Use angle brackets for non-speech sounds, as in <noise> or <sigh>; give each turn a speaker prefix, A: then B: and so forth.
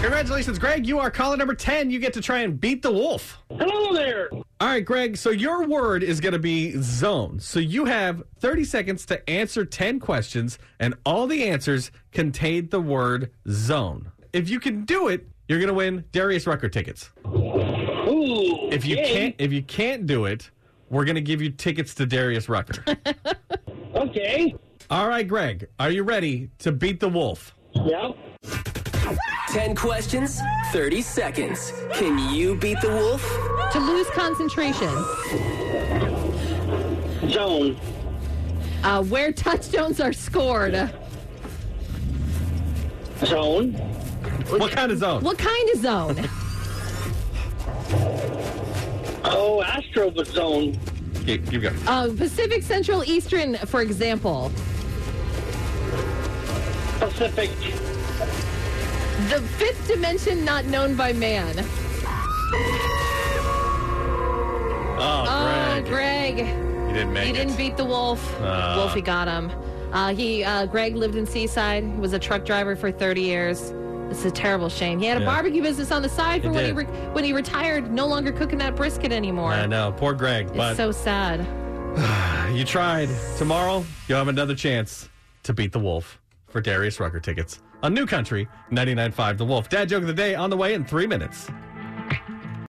A: Congratulations, Greg. You are caller number 10. You get to try and beat the wolf.
B: Hello there.
A: All right, Greg. So your word is going to be zone. So you have 30 seconds to answer 10 questions, and all the answers contained the word zone. If you can do it, you're going to win Darius Rucker tickets.
B: Ooh.
A: If you
B: yay.
A: can't, if you can't do it, we're going to give you tickets to Darius Rucker.
C: <laughs>
B: Okay.
A: all right, Greg. Are you ready to beat the wolf?
B: Yeah.
D: 10 questions, 30 seconds. Can you beat the wolf?
C: To lose concentration.
B: Zone.
C: Uh, where touchdowns are scored.
B: Zone.
A: What kind of zone?
C: What kind of zone?
B: Oh, Astro was zone.
A: Keep, keep going.
C: Uh, Pacific Central Eastern, for example.
B: Pacific.
C: The fifth dimension not known by man.
A: Oh,
C: Oh,
A: Greg.
C: Greg.
A: You didn't make
C: He
A: it.
C: didn't beat the wolf. Wolfie got him. Uh, he uh, Greg lived in Seaside. He was a truck driver for 30 years. It's a terrible shame. He had a
A: Yeah.
C: barbecue business on the side for
A: He
C: when he
A: did.
C: re- when he retired. No longer cooking that brisket anymore.
A: I know. Poor Greg. But
C: it's so sad.
A: <sighs> you tried. Tomorrow, you'll have another chance to beat the wolf for Darius Rucker tickets on New Country 99.5 The Wolf. Dad joke of the day on the way in three minutes.